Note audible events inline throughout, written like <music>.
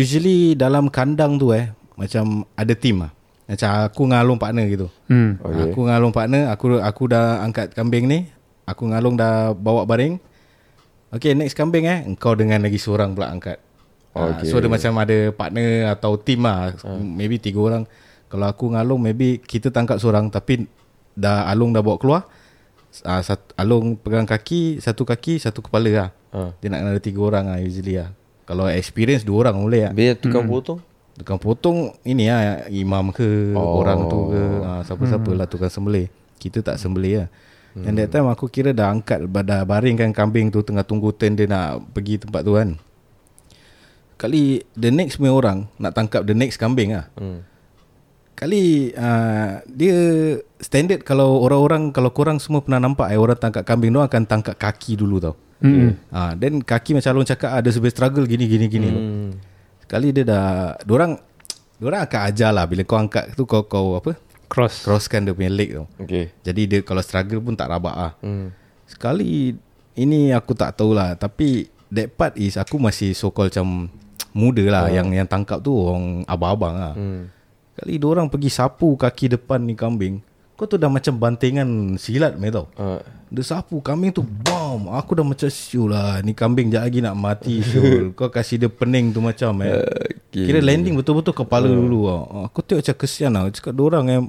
usually dalam kandang tu eh macam ada team lah. Macam aku dengan Along partner gitu. Hmm. Okay. Aku dengan Along partner, aku aku dah angkat kambing ni. Aku dengan Along dah bawa baring. Okay next kambing eh Engkau dengan lagi seorang pula angkat okay. Okay. Ah. So dia macam ada partner Atau team lah Maybe tiga orang Kalau aku dengan Along Maybe kita tangkap seorang Tapi dah Along dah bawa keluar uh, sat, Along pegang kaki Satu kaki Satu kepala lah Ah. Dia nak ada tiga orang lah Usually lah Kalau experience Dua orang boleh lah Biar tukang potong Tukang potong Ini lah Imam ke oh. Orang tu ke ha, Siapa-siapa lah Tukang sembelih Kita tak sembelih lah hmm. And that time aku kira dah angkat Dah baring kan kambing tu Tengah tunggu turn dia nak Pergi tempat tu kan Kali The next punya orang Nak tangkap the next kambing lah hmm. Kali uh, Dia Standard kalau orang-orang Kalau korang semua pernah nampak eh, Orang tangkap kambing tu Akan tangkap kaki dulu tau Hmm. Ah, then kaki macam Alon cakap ada sebagai struggle gini gini gini. Hmm. Sekali dia dah orang orang akan ajar lah bila kau angkat tu kau kau apa? Cross. Crosskan dia punya leg tu. Okay Jadi dia kalau struggle pun tak rabak ah. hmm. Sekali ini aku tak tahulah tapi that part is aku masih so called macam muda lah yang yang tangkap tu orang abang-abang lah. Hmm. Kali dia orang pergi sapu kaki depan ni kambing. Kau tu dah macam bantingan silat meh tau. Uh, Dia sapu kambing tu Bam Aku dah macam Siul lah Ni kambing sekejap lagi nak mati <laughs> Siul Kau kasih dia pening tu macam eh okay. Kira landing betul-betul kepala uh. Hmm. dulu tau Ah, Aku tengok macam kesian lah Cakap dorang eh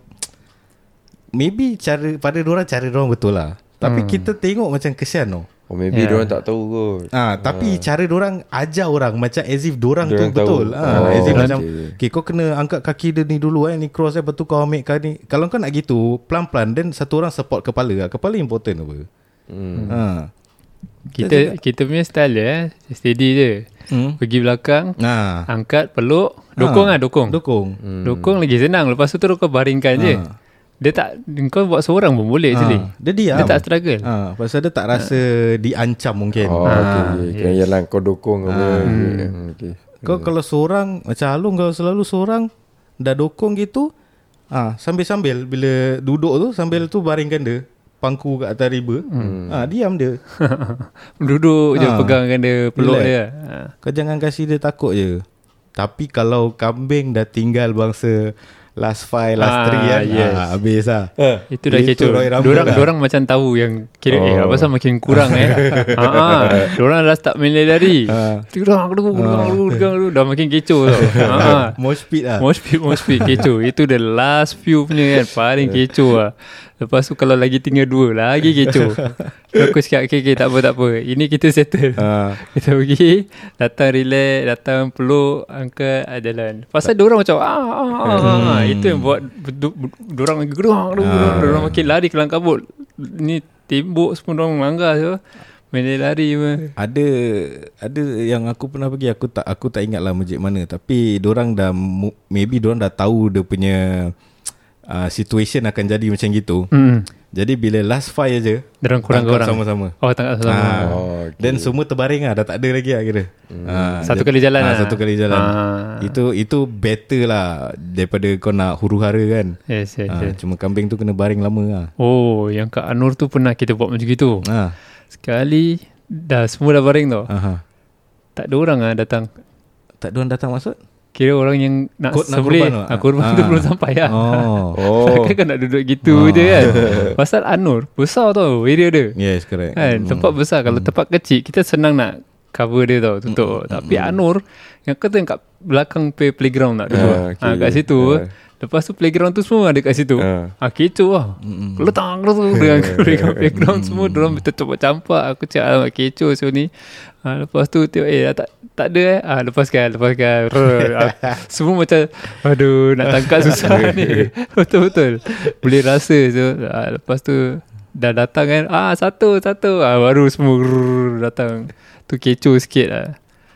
Maybe cara Pada dorang cara dorang betul lah Tapi hmm. kita tengok macam kesian tau Oh maybe yeah. diorang tak tahu kot Ah, tapi cara dorang ajar orang macam as if dorang tu Dorang tahu. betul. Ah, Oh, as if okay. macam okay, kau kena angkat kaki dia ni dulu eh, ni cross eh, lepas tu kau ambil kaki ni. Kalau kau nak gitu, pelan-pelan then satu orang support kepala. lah. Kepala important apa? Hmm. Ha. Kita kita punya style dia eh. Steady je. Hmm. Ha. Pergi belakang, Nah, angkat, peluk, dokong ah, Ah. dokong. dukung. Dokong lagi senang. Lepas tu terus kau baringkan je. Dia tak kau buat seorang pun boleh actually. Ha. Dia diam. Dia tak struggle. Ha, pasal dia tak rasa diancam mungkin. Oh Ha. okay, okay. Kira yes. lah kau dokong apa hmm, okay. okay. Kau kalau seorang macam Alung kalau selalu seorang dah dokong gitu, ah ha, sambil-sambil bila duduk tu sambil tu baringkan dia pangku kat atas riba. Hmm. Ah ha, diam <laughs> dia. <laughs> Duduk je Ah. pegangkan dia, peluk Relax. dia. Ha. Kau jangan kasi dia takut je. Tapi kalau kambing dah tinggal bangsa last five, last Ah, three kan, yes. Eh, ah, habis lah. Itu dah kecoh. Roy lah. Rambo Dorang <laughs> dah. dorang macam tahu yang kira oh. eh apa pasal makin <laughs> kurang eh. ha ah. Dorang dah start main lari. Ah. Dorang aku aku aku dah makin <laughs> kecoh tau. Ha ah. Mosh pit lah. Mosh pit, mosh pit, <laughs> kecoh. Itu the last few punya kan. Paling kecoh lah. Lepas tu kalau lagi tinggal dua, lagi <laughs> kecoh. So, aku cakap, okay, okay, tak apa, tak apa. Ini kita settle. Ah. <laughs> Kita pergi, datang relax, datang peluk, angkat, ah, jalan. Pasal diorang macam, ah, ah, ah, ah. Hmm. Itu yang buat du- du- diorang lagi gerang, Ah. gerang, diorang makin lari kelang kabut. Ni tembok semua diorang melanggar je. Main lari semua. Ada ada yang aku pernah pergi aku tak aku tak ingat lah masjid mana tapi orang dah mu- maybe orang dah tahu dia punya uh, situation akan jadi macam gitu. Hmm. Jadi bila last fire je Diorang kurang tangkap kurang. sama-sama. Oh, tangkap sama. Ah, Oh, okay. Dan semua terbaring lah Dah tak ada lagi lah kira ah, Satu jad- kali jalan ah, lah. Satu kali jalan Ah. Itu itu better lah Daripada kau nak huru-hara kan Yes, yes, ah, yes. Cuma kambing tu kena baring lama lah Oh, yang Kak Anur tu pernah kita buat macam gitu. ah, Sekali dah semua dah baring tau. aha. Tak ada orang ah datang. Tak ada orang datang maksud? Kira orang yang nak Kot- nak sembelih, korban tu? nak korban tu Ah. belum sampai lah. Oh Oh <laughs> Takkan kau nak duduk gitu je kan. Pasal Anur besar tau area dia. Yes correct Kan tempat besar Hmm. kalau tempat kecil kita senang nak cover dia tau tutup. Tapi Hmm. Anur yang kata yang kat belakang play playground nak duduk. Ah, okay. ha, kat situ. Ah. Lepas tu playground tu semua ada kat situ. Ah. Ha, kecoh lah. Letang tu <laughs> dengan, <laughs> dengan playground semua. Diorang tercampak-campak. Aku cakap, alamak kecoh so ni. Ha, lepas tu tengok, eh dah tak, tak ada eh. Ha, lepaskan, lepaskan. Rrr. ha, <laughs> semua macam, aduh nak tangkap susah ni. <laughs> Betul-betul. Boleh rasa. So, ha, lepas tu dah datang kan. Ah satu, satu. Ha, baru semua rrr, datang. Tu kecoh sikit lah.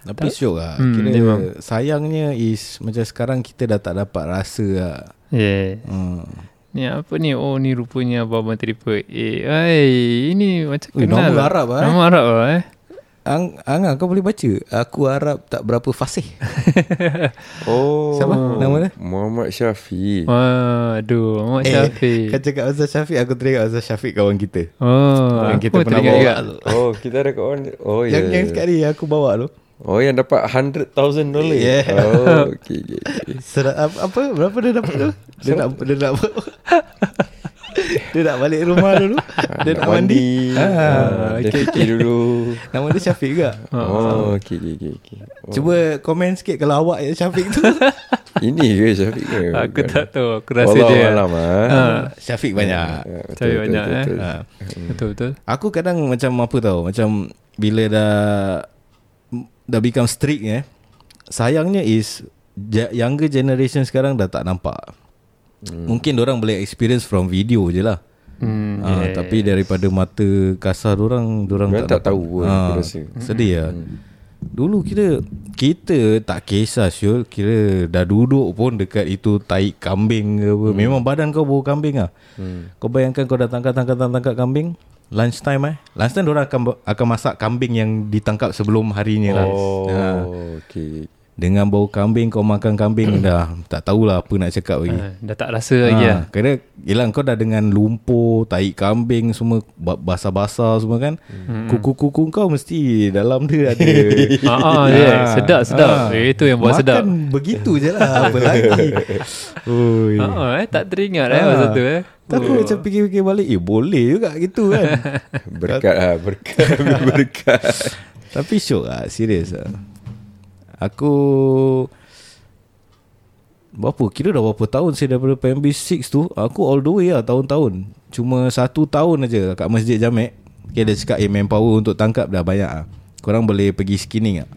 Tapi syok lah Hmm, Kira memang. sayangnya is Macam sekarang kita dah tak dapat rasa lah Yeah. hmm. Ni apa ni? Oh ni rupanya Abang Abang Triple A. Hai, ini macam Ui, kenal. nama lah. Arab lah, eh. Nama Arab lah eh. Ang, Angah kau boleh baca Aku harap tak berapa fasih Oh Siapa? Nama dia? Muhammad Syafiq Wah, aduh, Mak eh, Syafiq. Kau cakap pasal Syafiq Aku teringat pasal Syafiq kawan kita Yang Oh, aku kita pun pernah teringat bawa juga. tu Oh kita ada kawan Oh ya Yang yang sekali aku bawa tu Oh yang dapat 100,000 dolar. Yeah. Oh, okay, okay, okay. Serap apa, apa berapa dia dapat tu? Dia nak dia nak <laughs> Dia nak balik rumah dulu. <laughs> Dia nak mandi. Ah, dia okay, fikir dulu. Nama dia Syafiq juga. Oh, okay, okay, okay, okay. Oh. Cuba komen sikit kalau awak yang Syafiq tu. Ini ke Syafiq ke? Aku Bukan. tak tahu Aku rasa Wallahu dia alam, ah. Hmm. Syafiq banyak. Ya, betul, Cari betul, banyak betul, eh betul. Ha. Betul-betul Aku kadang macam apa tau Macam bila dah Dah become strict eh Sayangnya is ja- Younger generation sekarang dah tak nampak hmm. Mungkin orang boleh experience from video je lah Hmm, ha, yeah. Tapi daripada mata kasar orang orang Dorang tak tahu pun, aku rasa. Ah, Hmm. Sedih lah Dulu kira Kita tak kisah Syul Kira dah duduk pun Dekat itu Tai kambing ke apa hmm. Memang badan kau bau kambing lah hmm. Kau bayangkan kau dah tangkap-tangkap-tangkap kambing Lunchtime eh Lunchtime orang akan akan masak kambing Yang ditangkap sebelum harinya lah Oh, ha. okay. Dengan bau kambing Kau makan <coughs> kambing Dah tak tahulah Apa nak cakap lagi Ah, Dah tak rasa lagi lah Ha, kena Yelah kau dah dengan lumpur Tai kambing semua ba- Basah-basah semua kan hmm. Kuku-kuku kau mesti Dalam dia ada Ah, ah, yeah. Sedap, sedap. Eh, itu <laughs> yang buat Makan sedap. begitu je lah Apa <laughs> lagi Oi. Ah, ah, eh, Tak teringat eh Masa tu eh Tapi oh. macam fikir-fikir balik Eh boleh juga gitu <laughs> kan Berkat lah, berkat, <laughs> berkat. Tapi syok lah Serius lah Aku Berapa Kira dah berapa tahun Saya daripada PMB6 tu Aku all the way lah Tahun-tahun Cuma satu tahun aja Kat Masjid Jamek Okay dia cakap Eh manpower untuk tangkap Dah banyak lah Korang boleh pergi skinning lah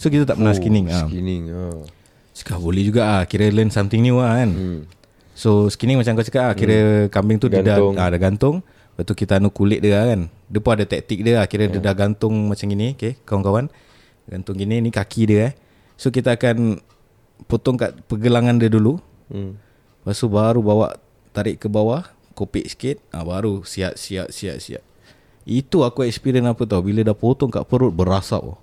So kita tak pernah oh, skinning lah Skinning, oh. Cakap boleh juga ah Kira learn something new lah kan hmm. So skinning macam kau cakap ah Kira hmm. kambing tu Gantung. dia dah, ah, dah gantung Lepas tu kita anu kulit dia lah kan Dia pun ada taktik dia lah Kira yeah. dia dah gantung macam gini Okay kawan-kawan Gantung gini ni kaki dia eh So kita akan potong kat pergelangan dia dulu Hmm. Lepas tu baru bawa tarik ke bawah Kopik sikit ah, Baru siap siap siap siap Itu aku experience apa tau Bila dah potong kat perut berasap oh.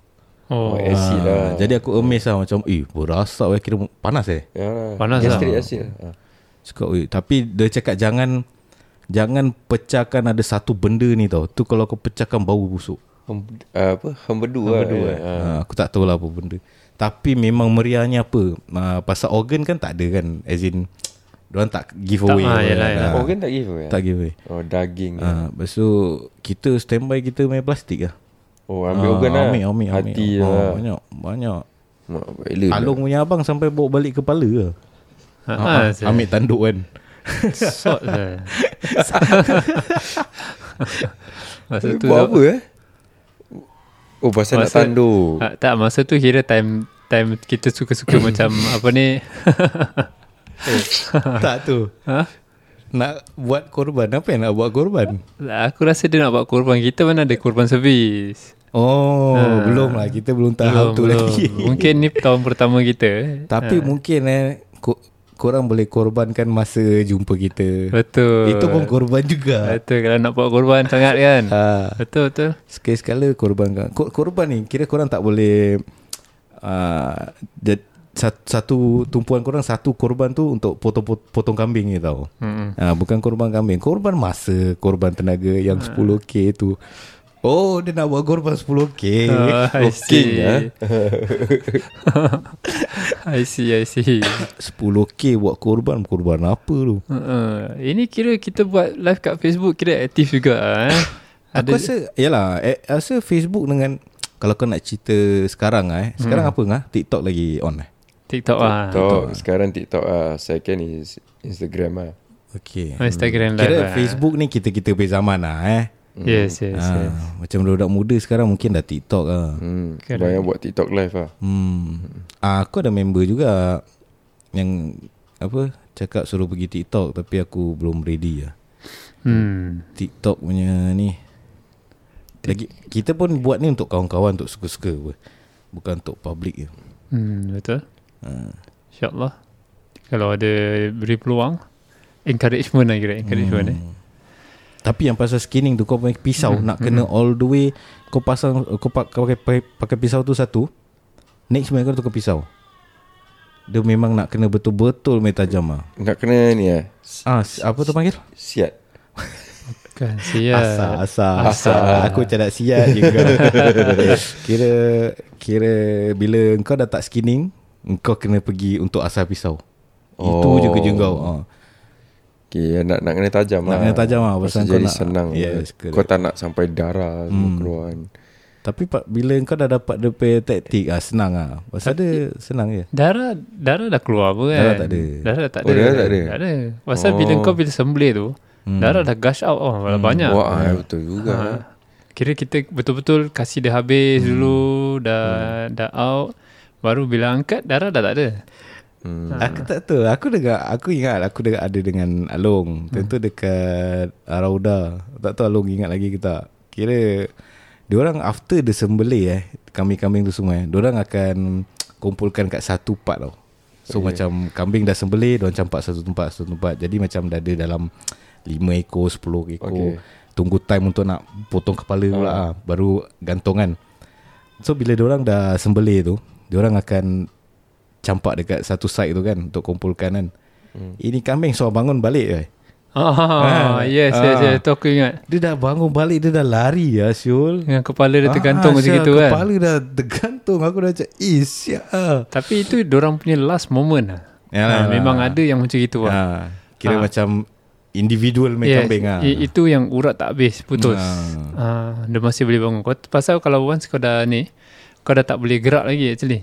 Oh, Oh, acid Ah, lah. Jadi aku amazed lah macam Eh berasap eh kira panas eh Ya lah. Panas lah. Gastric acid lah. Ah. Cakap "Oi, Tapi dia cakap jangan Jangan pecahkan ada satu benda ni tau Tu kalau kau pecahkan bau busuk Hem- ah, apa? Hembedu lah. Hembedu eh. lah. ha. Aku tak tahulah apa benda Tapi memang meriahnya apa ha, Pasal organ kan tak ada kan As in Diorang tak give away ah, apa yelah, kan. yelah. Ah, Oh, kan tak give eh? Tak give away Oh, daging. ha. Lepas tu Kita standby kita main plastik lah Oh, ambil organ lah. ambil, ambil, ambil. Hati Ah, lah. Banyak Banyak Mak balik. Alung punya abang sampai bawa balik kepala lah Ah, ah, ha, Ambil tanduk kan Sot lah <laughs> Masa Eh, tu Buat apa eh? Oh, pasal nak Masa- tandu. Ah, Tak masa tu kira time Time kita suka-suka macam Apa ni <laughs> Tak tu Ha? Nak buat korban Apa yang nak buat korban Lah, Aku rasa dia nak buat korban Kita mana ada korban servis Oh ha. Belum lah Kita belum tahap Belum, tu belum <laughs> lagi Mungkin ni tahun pertama kita Tapi ha. mungkin eh ko- Korang boleh korbankan Masa jumpa kita Betul Itu pun korban juga Betul kalau nak buat korban sangat kan ha. Betul betul Sekali-sekala korbankan Ko- Korban ni Kira korang tak boleh uh, satu, satu Tumpuan korang Satu korban tu Untuk potong, pot- potong kambing ni tau hmm. ha, Bukan korban kambing Korban masa Korban tenaga Ah. Yang 10k tu Oh dia nak buat korban 10k Oh, Cooking, I see ya. ah. I see I see 10k buat korban Korban apa tu uh, Ini kira kita buat live kat Facebook Kira aktif juga ah, eh. Aku rasa Yalah eh, Rasa Facebook dengan Kalau kau nak cerita Sekarang lah, eh Sekarang Hmm. apa ngah TikTok lagi on eh TikTok lah TikTok. Sekarang TikTok ah. Second is Instagram ah. Okay Instagram live Kira ah. Facebook ni Kita-kita punya zaman lah eh Yes yes, yes. ha, Macam budak muda sekarang Mungkin dah TikTok lah Hmm. Correct. Banyak buat TikTok live ah. hmm. Ah, Aku ada member juga Yang Apa Cakap suruh pergi TikTok Tapi aku belum ready lah Hmm. TikTok punya ni lagi, Kita pun buat ni untuk kawan-kawan Untuk suka-suka apa Bukan untuk public je hmm Betul Ah. InsyaAllah Kalau ada beri peluang Encouragement lah kira Encouragement Hmm. eh. Tapi yang pasal skinning tu kau pakai pisau Hmm. nak kena all the way kau pasang kau pakai pakai, pakai, pakai pisau tu satu. Next main kau tukar pisau. Dia memang nak kena betul-betul main tajam ah. Nak kena ni ah. Ah, s- apa tu panggil? Siat. Bukan Kan, Ya. sial Asal Asal Asal Aku macam nak sial je <laughs> kau Kira Kira Bila kau dah tak skinning Kau kena pergi Untuk asal pisau oh. Itu je Oh. kerja kau ha. Okay, ya, nak, nak kena tajam Nak lah kena tajam lah, pasal kau jadi nak- senang Yes, correct. Kau tak nak sampai darah hmm. keluar kan Tapi pak, bila kau dah dapat Dia punya taktik ah, Senang ah. Pasal dia Senang je Darah Darah dah keluar apa kan Darah tak ada. Darah dah tak Oh, ada darah tak ada? Tak ada Pasal oh. bila kau bila sembelih tu hmm. Darah dah gush out oh, hmm. Banyak Wah yeah. betul juga ha. Ha. Kira kita betul-betul kasih dia habis hmm. dulu dah hmm. dah out baru bila angkat darah dah tak ada. hmm. Aku tak tahu Aku dekat Aku ingat Aku dekat ada dengan Hmm. Along Tentu dekat Arauda Tak tahu Along ingat lagi ke tak Kira Diorang after the sembelih eh Kambing-kambing tu semua eh Diorang akan Kumpulkan kat satu part tau So yeah. macam Kambing dah sembelih Diorang campak satu tempat Satu tempat Jadi macam dah ada dalam 5 ekor 10 ekor okay. Okay. Tunggu time untuk nak Potong kepala pula ah. Baru gantongan So bila diorang dah sembelih tu Diorang akan campak dekat satu side tu kan untuk kumpulkan kan. Hmm. Ini kambing so bangun balik eh. Ah, yes, yes, Ah. yes. Tu aku ingat. Dia dah bangun balik dia dah lari ya Syul. Dengan kepala dia tergantung macam Ah, sial, gitu kan. Kepala dah tergantung aku dah macam eh siap ah. Tapi itu orang punya last moment lah. Yalah, yalah. ha, memang ada yang macam gitu lah. Ha, Ya kira ha. macam individual main Yes, kambing ah. i- Itu yang urat tak habis, putus. Ah. Ha. dia masih boleh bangun. Kau, pasal kalau once kau dah ni, kau dah tak boleh gerak lagi actually.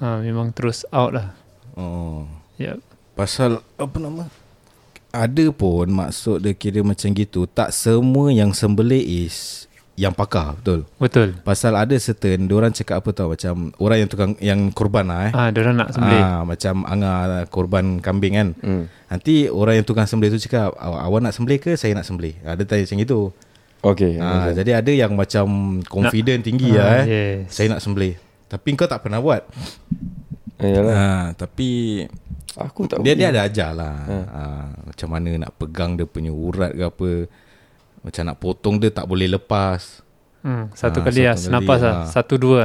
Ha, memang terus out lah. Oh. Yep. Pasal apa nama? Ada pun maksud dia kira macam gitu. Tak semua yang sembelih is yang pakar betul. Betul. Pasal ada certain Diorang cakap apa tau Macam orang yang tukang Yang korban lah eh Ah, ha, orang nak sembelih. Ah, macam Anga korban kambing kan Hmm. Nanti orang yang tukang sembelih tu cakap Awak, awak nak sembelih ke saya nak sembelih Ada tanya macam itu Okay ah, Jadi ada yang macam Confident tinggi Ya, Ah, lah eh yes. Saya nak sembelih Tapi kau tak pernah buat ya, Yalah ah, Tapi Aku tak dia, dia ada ajar lah ah, Macam mana nak pegang dia punya urat ke apa Macam nak potong dia tak boleh lepas Hmm, satu Ah, satu kali lah, kali, senapas lah. ah. Satu dua.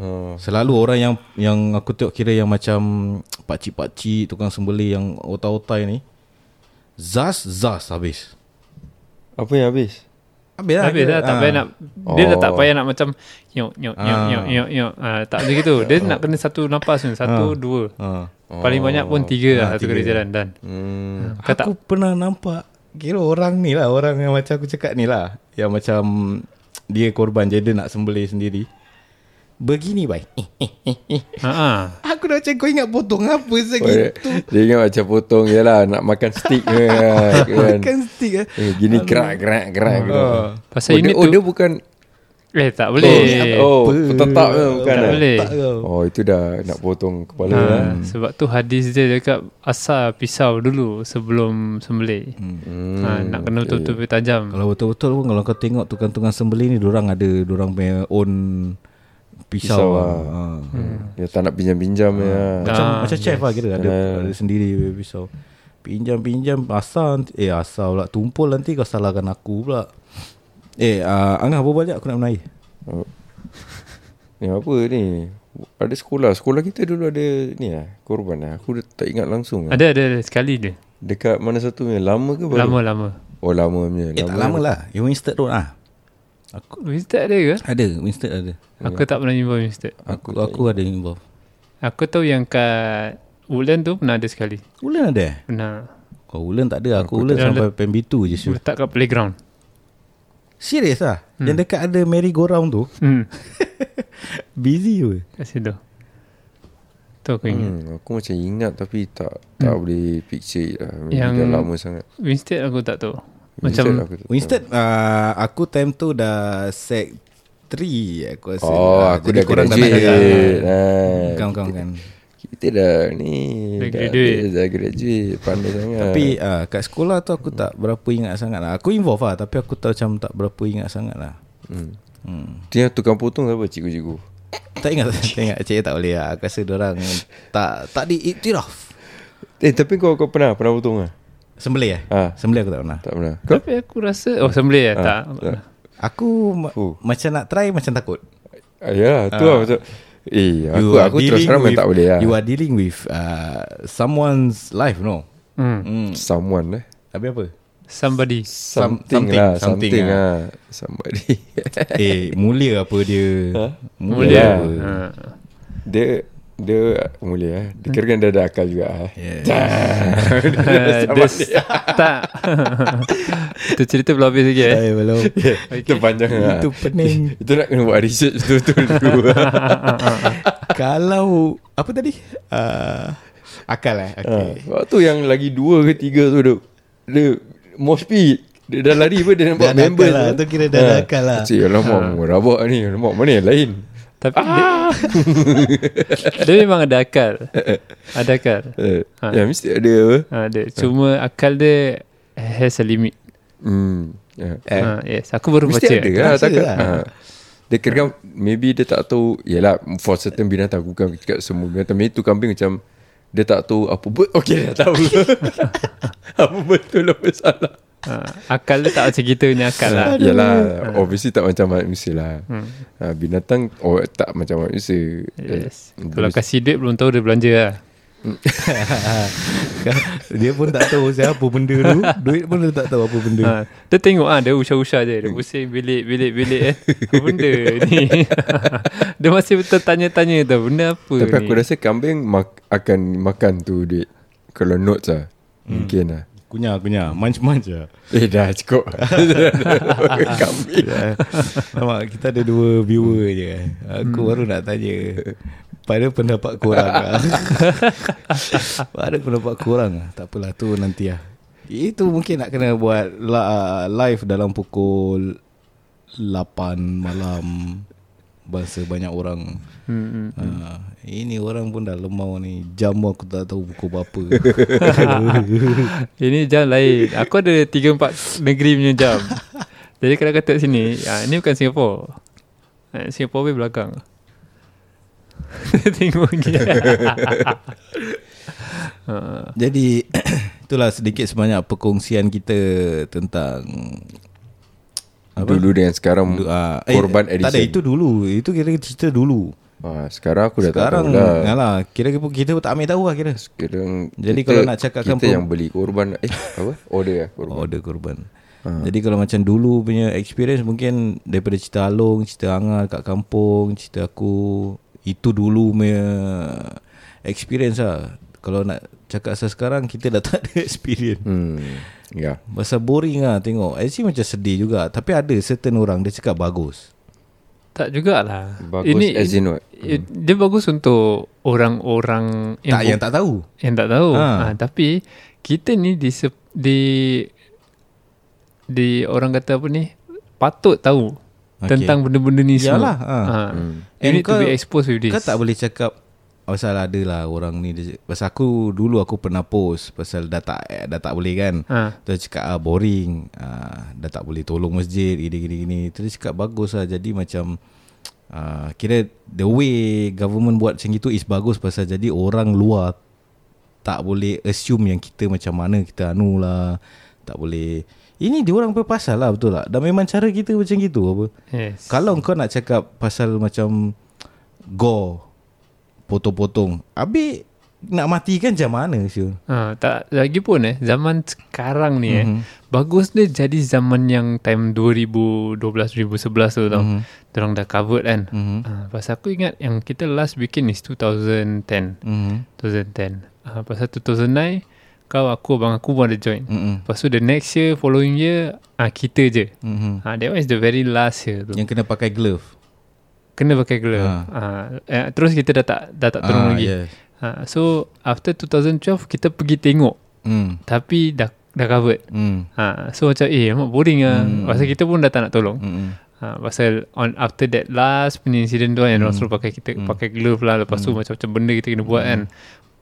oh. Selalu orang yang yang aku tengok kira yang macam pakcik-pakcik tukang sembelih yang otai-otai ni. Zas, zas habis. Apa yang habis? Habis lah. Habis lah, tak payah nak, dia dah tak payah nak macam nyok, nyok, nyok, Oh. Ah. nyok, nyok, nyok. Ah, tak macam gitu. <laughs> Dia nak kena satu napas ni, satu, dua. Ha. Paling banyak Oh. pun tiga Ah, lah, satu kali jalan dan. Hmm. Kau tak, Aku pernah nampak kira orang ni lah orang yang macam aku cakap ni lah yang macam dia korban je dia nak sembelih sendiri. Begini baik. eh, ha ah. Aku dah macam kau ingat potong apa Oh, Dia, segitu. dia ingat macam potong je lah Nak makan stick <laughs> ke, kan. Kan stick eh. eh, Gini gerak gerak gerak gitu. Ha. Pasal oh, ini dia, oh, tu- dia bukan Eh, tak boleh. Oh tetap ke bukan Tak eh? boleh. Tak kau. Oh itu dah nak potong kepala Ah, lah. Sebab tu hadis dia cakap asal pisau dulu sebelum sembelih. Hmm. Ah, nak kena betul-betul tajam. Kalau betul-betul pun kalau kau tengok tukang-tukang sembelih ni orang ada orang punya own pisau, Pisau lah. lah. Ha. Dia tak nak pinjam-pinjam ya. Ha. Macam macam chef lah kira ada ada sendiri punya pisau. Pinjam-pinjam asal nanti- eh asal pula tumpul nanti kau salahkan aku pula. Eh uh, Angah berapa banyak aku nak menaik? Oh. Ni apa ni? Ada sekolah. Sekolah kita dulu ada ni lah. Korban lah. Aku dah tak ingat langsung lah. Ada, ada, ada sekali dia. Dekat mana satu ni? Lama ke baru? Lama-lama. Oh lama punya. Eh tak lama lah. Yang Winstead Road ah. Aku Ustaz ada ke? ada Winstead ada. Aku tak pernah jumpa Ustaz. Aku aku ada involve. Aku tahu yang kat Woodland tu pernah ada sekali. Ulan ada eh? Pernah Kau Ulan tak ada. Aku, Ulan sampai PMB2 je Syul. letak kat playground. Serius ah. Yang dekat ada merry go round tu. <laughs> Hmm. Busy weh. Kat situ. Tu aku ingat. Hmm, aku macam ingat tapi tak tak boleh picture it lah. Maybe Yang- dah lama sangat. Winstead aku tak tahu. Instead Macam aku tak- Winstead uh, aku time tu dah sec 3 aku rasa. Oh, Ah, aku jadi dah korang tak graduate. nak dengar. Ah, Bukan, bukan, bukan. Kita dah ni. Dah graduate. Dah, dah graduate. Pandai sangat. Tapi uh, kat sekolah tu aku tak berapa ingat sangat lah. Aku involve lah tapi aku tak macam tak berapa ingat sangat lah. Hmm. Hmm. Dia tukang potong siapa cikgu-cikgu? Tak ingat <laughs> tak ingat Cik tak boleh lah Aku rasa diorang Tak tak diiktiraf Eh tapi kau kau pernah pernah potong lah? Sembelih eh Ah. Sembelih aku tak pernah Tak pernah. Kau? Ah, ya. tapi aku rasa oh sembelih eh? tak. tak. Aku ma- Fuh. macam nak try macam takut Ah, Yalah tu lah macam Eh aku aku terus dealing terang memang with- tak boleh lah You are dealing with uh, Someone's life no Hmm. hmm. Someone eh Habis apa? Somebody Something, Something, lah Something, something lah Somebody <laughs> Eh mulia apa dia Ha? Mulia Ya. apa? ha. Dia Dia Mulia eh. Dia kira kan dia ada akal juga eh. Hmm. Yeah. Dia <laughs> Tak Itu cerita belum habis lagi eh Eh, <laughs> belum <laughs> Itu panjang lah Itu pening <laughs> Itu nak kena buat research betul-betul <laughs> dulu eh. Kalau Apa tadi uh, Akal eh okay. Ha, Waktu tu yang lagi dua ke tiga tu Dia, dia Most speed Dia dah lari pun Dia Dah nampak nakal member lah. Tu kira dah nakal lah. Ha. Cik alamak ha. Rabak ni Alamak mana yang lain Tapi Ah. dia, <laughs> dia memang ada akal Ada akal eh, Ha. Ya mesti ada apa ha, dia. Cuma akal dia Has a limit hmm. ya. Eh. ha, Yes Aku baru Mesti baca ada lah Mesti takkan, lah. ha. Dia kira kan Maybe dia tak tahu Yelah For certain binatang Aku bukan cakap semua binatang Maybe tu kambing macam Dia tak tahu apa bet <laughs> Okay dah tahu Apa betul apa salah ha, Akal dia tak macam kita punya akal lah Alah, Yalah Obviously tak macam manusia lah Kan hmm. ha, Binatang oh, Tak macam manusia Yes Eh, Kalau dia- kasih duit Belum tahu dia belanja lah Dia pun tak tahu Siapa benda <laughs> tu Duit pun dia tak tahu Apa benda ha, Dia tengok ah Dia usah-usah je Dia pusing bilik-bilik-bilik <laughs> eh. Apa benda ni <laughs> Dia masih betul tanya-tanya tu Benda apa Eh, Tapi ni aku rasa kambing mak- Akan makan tu duit Kalau notes lah Mungkin lah Kunyah kunyah Manch-manch lah Eh dah cukup Kambing Nampak Ya, eh. kita ada dua viewer je eh. Aku baru nak tanya Pada pendapat korang <laughs> lah. Pada pendapat korang lah Tak apalah tu nanti lah Itu mungkin nak kena buat la- live dalam pukul 8 malam Bahasa banyak orang hmm, ha, Ini orang pun dah lemau ni Jam pun aku tak tahu pukul berapa <laughs> Ini jam lain Aku ada 3-4 negeri punya jam Jadi kalau kata sini ah, Ini bukan Singapura Ah, Singapura pun belakang <laughs> Dia <laughs> Tengok lagi Ah, Jadi <clears throat> itulah sedikit sebanyak perkongsian kita tentang <laughs> Dulu dengan sekarang ah, Korban eh, edition Tak ada itu dulu. Itu kira kita cerita dulu. ha, Sekarang aku dah Sekarang tak tahu lah yalah, kira kita, kita pun tak ambil tahu lah kira. Sekarang Jadi kita, kalau nak Oh. cakapkan Kita pro- yang beli korban Eh apa Order lah korban Order korban. Ah. Jadi kalau macam dulu punya experience mungkin daripada cerita Along, cerita Angar kat kampung, cerita aku itu dulu punya experience lah. Kalau nak cakap asal sekarang kita dah <laughs> tak ada experience. hmm. Ya Pasal boring lah tengok Actually macam sedih juga Tapi ada certain orang Dia cakap bagus Tak jugalah Bagus as in what? i- Dia bagus untuk Orang-orang yang Tak yang tak tahu Yang tak tahu. Ha. Ha. Ha, tapi kita ni di se- di di orang kata apa ni patut tahu Okay. okay. tentang benda-benda ni semua. Yalah, ha. ha. Hmm. You And need to kau- be exposed with this. Kau Kan tak boleh cakap Pasal ada lah orang ni dia, Pasal aku Dulu aku pernah post Pasal dah tak Dah tak boleh kan Ha. Terus cakap ah, boring ah, Dah tak boleh tolong masjid Gini gini gini Terus cakap bagus lah Jadi macam ah, Kira The way Government buat macam itu Is bagus Pasal jadi orang luar Tak boleh assume Yang kita macam mana Kita anu lah Tak boleh Ini dia orang punya pasal lah Betul tak Dah memang cara kita macam gitu apa Yes. kalau kau nak cakap pasal macam gore potong-potong, habis nak matikan macam mana siul? Ha, tak lagi pun eh zaman sekarang Mhm. ni mm-hmm. eh bagus dia jadi zaman yang time 2012 2011 tu tau. Mhm. Mm-hmm. Orang dah covered kan. Mm-hmm. Ha, pasal aku ingat yang kita last bikin is 2010. Mhm. 2010 uh, Pasal 2009 Kau aku abang aku pun ada join Mm-mm. Lepas tu the next year Following year ah Kita je Mm-hmm. ah That one is the very last year tu Yang kena pakai glove. Kena pakai glove Ha. ah, eh, Terus kita dah tak Dah tak turun Ah, lagi yes. ah, So After 2012 Kita pergi tengok Hmm. Tapi dah Dah covered Hmm. ah, So macam Eh amat boring lah Pasal kita pun dah tak nak tolong Hmm. Ha, pasal on after that last punya incident tu kan mm. orang suruh pakai kita mm. pakai glove lah lepas tu macam-macam benda kita kena buat kan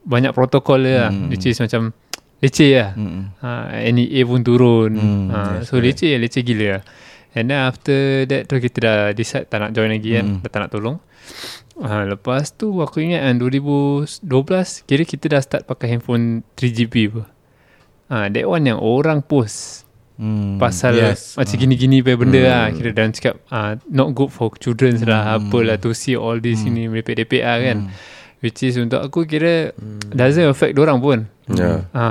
banyak protokol dia lah mm. which is macam leceh lah Mm-hmm. mm. ha, NEA pun turun mm. Hmm, ha, yes, so leceh lah leceh gila lah and then after that tu kita dah decide tak nak join Hmm. lagi kan dah tak nak tolong ha, lepas tu aku ingat kan 2012 kira kita dah start pakai handphone 3GP pun ha, that one yang orang post Hmm. pasal yes. macam gini-gini punya benda hmm. lah kira dan cakap uh, not good for children hmm. lah apalah to see all this hmm. ini merepek-repek lah kan which is untuk aku Hmm. kira doesn't affect orang pun Ah, Ya ha.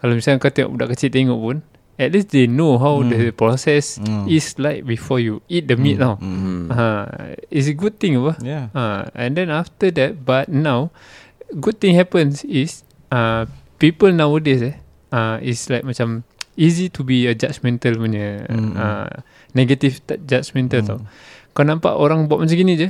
kalau misalnya kau tengok budak kecil tengok pun at least they know how mm. the process mm. is like before you eat the meat mm. now. Mm. Ah. Ha, it's a good thing apa. Yeah. Ha, and then after that, but now, good thing happens is uh, people nowadays eh, uh, is like macam easy to be a judgmental punya mm. uh, negative t- judgmental mm. tau. Kau nampak orang buat macam gini je,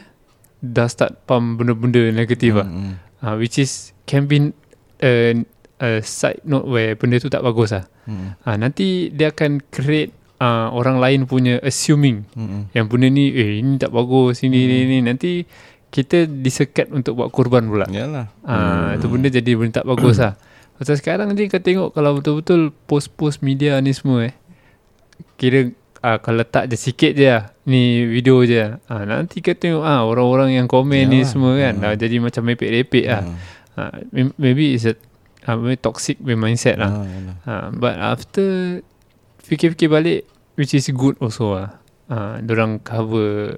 dah start pump benda-benda negatif mm. lah. Mm. Uh, which is can be a, a side note where benda tu tak bagus lah. Mm. Ha, nanti dia akan create uh, orang lain punya assuming Mm. yang benda ni eh ini tak bagus ini ini, ini nanti kita disekat untuk buat korban pula. Yalah. Ah, tu benda jadi benda tak bagus lah. Pasal sekarang ni kau tengok kalau betul-betul post-post media ni semua eh. Kira ah, kau letak je sikit je lah. Ni video je lah. Ah, nanti kau tengok ah, orang-orang yang komen Yalah. ni Hmm. semua kan. Dah jadi macam mepek-repek lah. Mm. Ah, may- maybe it's a ah, maybe toxic punya mindset lah. Ah, yalah. Ha, but after fikir-fikir balik which is good also lah. Ha, diorang cover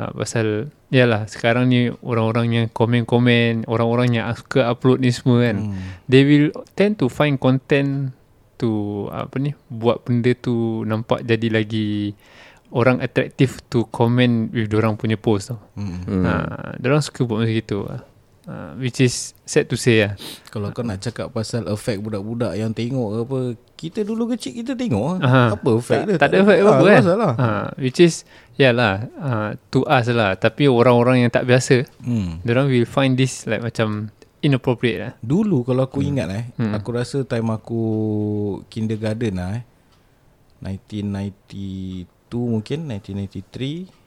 ha, pasal yalah sekarang ni orang-orang yang komen-komen, orang-orang yang suka upload ni semua kan. Mm. They will tend to find content to apa ni buat benda tu nampak jadi lagi orang attractive to comment with orang punya post tau. Mm. Hmm. Hmm. Ha, diorang suka buat macam gitu lah. Ha, which is sad to say lah. Kalau kau nak cakap pasal efek budak-budak yang tengok ke apa, kita dulu kecil kita tengok Aha. ah. Apa efek dia? tak ada efek apa-apa Ah, kan masalah. ha, Which is Yalah uh, To us lah Tapi orang-orang yang tak biasa Hmm. Diorang will find this Like macam Inappropriate lah Dulu kalau aku ingat eh, Hmm. aku rasa time aku ah, kindergarten lah eh. 1992 mungkin, 1993.